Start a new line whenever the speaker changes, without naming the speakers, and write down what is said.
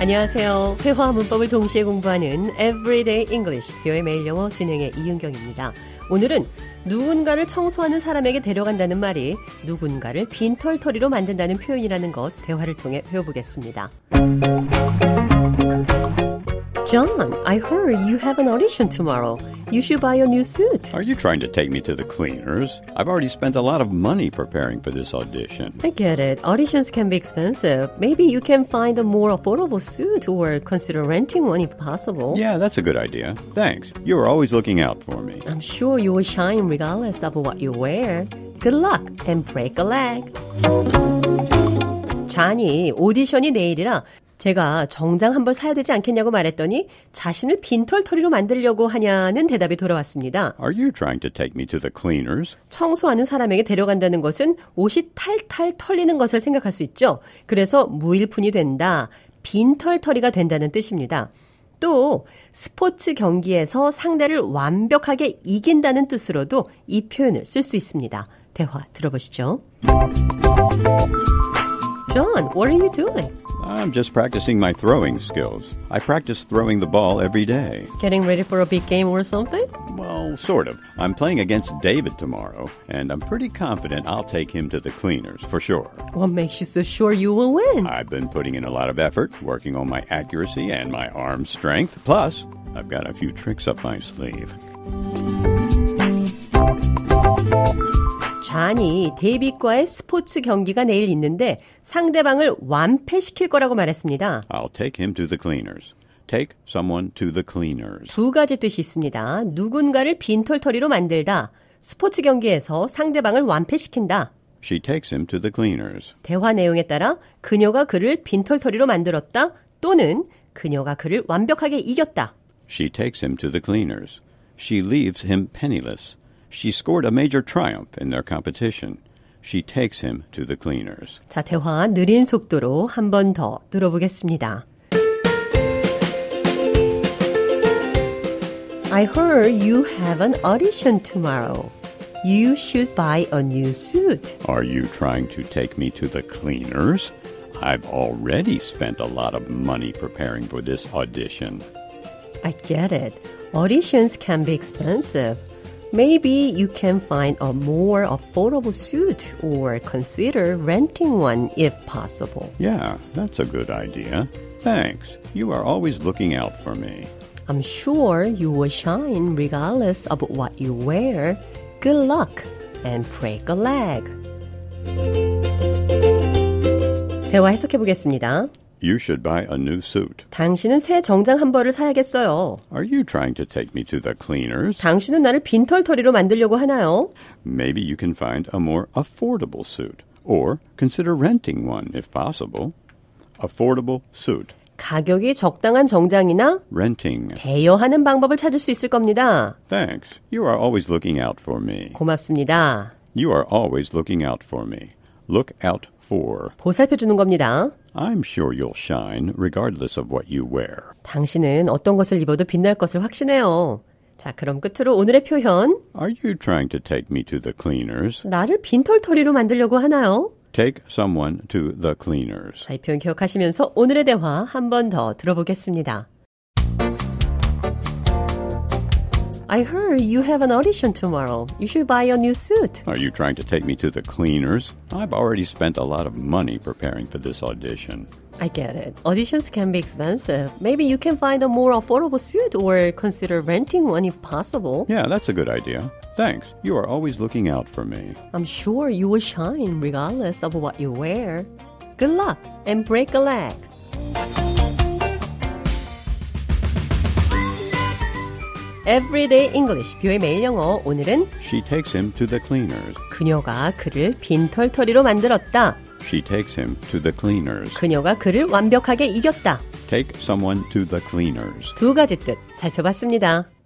안녕하세요. 회화와 문법을 동시에 공부하는 Everyday English, 뷰의 매일 영어 진행의 이은경입니다. 오늘은 누군가를 청소하는 사람에게 데려간다는 말이 누군가를 빈털터리로 만든다는 표현이라는 것 대화를 통해 배워보겠습니다. John, I heard you have an audition tomorrow. You should buy a new suit.
Are you trying to take me to the cleaners? I've already spent a lot of money preparing for this audition.
I get it. Auditions can be expensive. Maybe you can find a more affordable suit or consider renting one if possible.
Yeah, that's a good idea. Thanks. You are always looking out for me.
I'm sure you will shine regardless of what you wear. Good luck and break a leg. 잔이 오디션이 내일이라 제가 정장 한벌 사야 되지 않겠냐고 말했더니 자신을 빈털터리로 만들려고 하냐는 대답이 돌아왔습니다.
Are you trying to take me to the cleaners?
청소하는 사람에게 데려간다는 것은 옷이 탈탈 털리는 것을 생각할 수 있죠. 그래서 무일푼이 된다, 빈털터리가 된다는 뜻입니다. 또 스포츠 경기에서 상대를 완벽하게 이긴다는 뜻으로도 이 표현을 쓸 수 있습니다. 대화 들어보시죠. John, what are you doing?
I'm just practicing my throwing skills. I practice throwing the ball every day.
Getting ready for a big game or something?
Well, sort of. I'm playing against David tomorrow, and I'm pretty confident I'll take him to the cleaners for sure.
What makes you so sure you will win?
I've been putting in a lot of effort, working on my accuracy and my arm strength. Plus, I've got a few tricks up my sleeve.
잔이 데이빗과의 스포츠 경기가 내일 있는데 상대방을 완패시킬 거라고 말했습니다.
I'll take him to the cleaners. Take someone to the cleaners.
두 가지 뜻이 있습니다. 누군가를 빈털터리로 만들다. 스포츠 경기에서 상대방을 완패시킨다.
She takes him to the cleaners.
대화 내용에 따라 그녀가 그를 빈털터리로 만들었다 또는 그녀가 그를 완벽하게 이겼다.
She takes him to the cleaners. She leaves him penniless. She scored a major triumph in their competition. She takes him to the cleaners.
자, 대화 느린 속도로 한 번 더 들어보겠습니다. I heard you have an audition tomorrow. You should buy a new suit.
Are you trying to take me to the cleaners? I've already spent a lot of money preparing for this audition.
I get it. Auditions can be expensive. Maybe you can find a more affordable suit or consider renting one if possible.
Yeah, that's a good idea. Thanks. You are always looking out for me.
I'm sure you will shine regardless of what you wear. Good luck and break a leg. 대화 해석해 보겠습니다.
You should buy a new suit.
당신은 새 정장 한 벌을 사야겠어요.
Are you trying to take me to the cleaners?
당신은 나를 빈털터리로 만들려고 하나요?
Maybe you can find a more affordable suit or consider renting one if possible. Affordable suit.
가격이 적당한 정장이나
Renting.
대여하는 방법을 찾을 수 있을 겁니다.
Thanks. You are always looking out for me.
고맙습니다.
You are always looking out for me. Look out for.
보살펴 주는 겁니다.
I'm sure you'll shine regardless of what you wear.
당신은 어떤 것을 입어도 빛날 것을 확신해요. 자, 그럼 끝으로 오늘의 표현.
Are you trying to take me to the cleaners?
나를 빈털터리로 만들려고 하나요?
Take someone to the cleaners.
자, 이 표현 기억하시면서 오늘의 대화 한 번 더 들어보겠습니다. I heard you have an audition tomorrow. You should buy a new suit.
Are you trying to take me to the cleaners? I've already spent a lot of money preparing for this audition.
I get it. Auditions can be expensive. Maybe you can find a more affordable suit or consider renting one if possible.
Yeah, that's a good idea. Thanks. You are always looking out for me.
I'm sure you will shine regardless of what you wear. Good luck and break a leg. Everyday English, 뷰의 매일 영어. 오늘은
She takes him to the cleaners.
그녀가 그를 빈털터리로 만들었다.
She takes him to the cleaners.
그녀가 그를 완벽하게 이겼다.
Take someone to the cleaners.
두 가지 뜻 살펴봤습니다.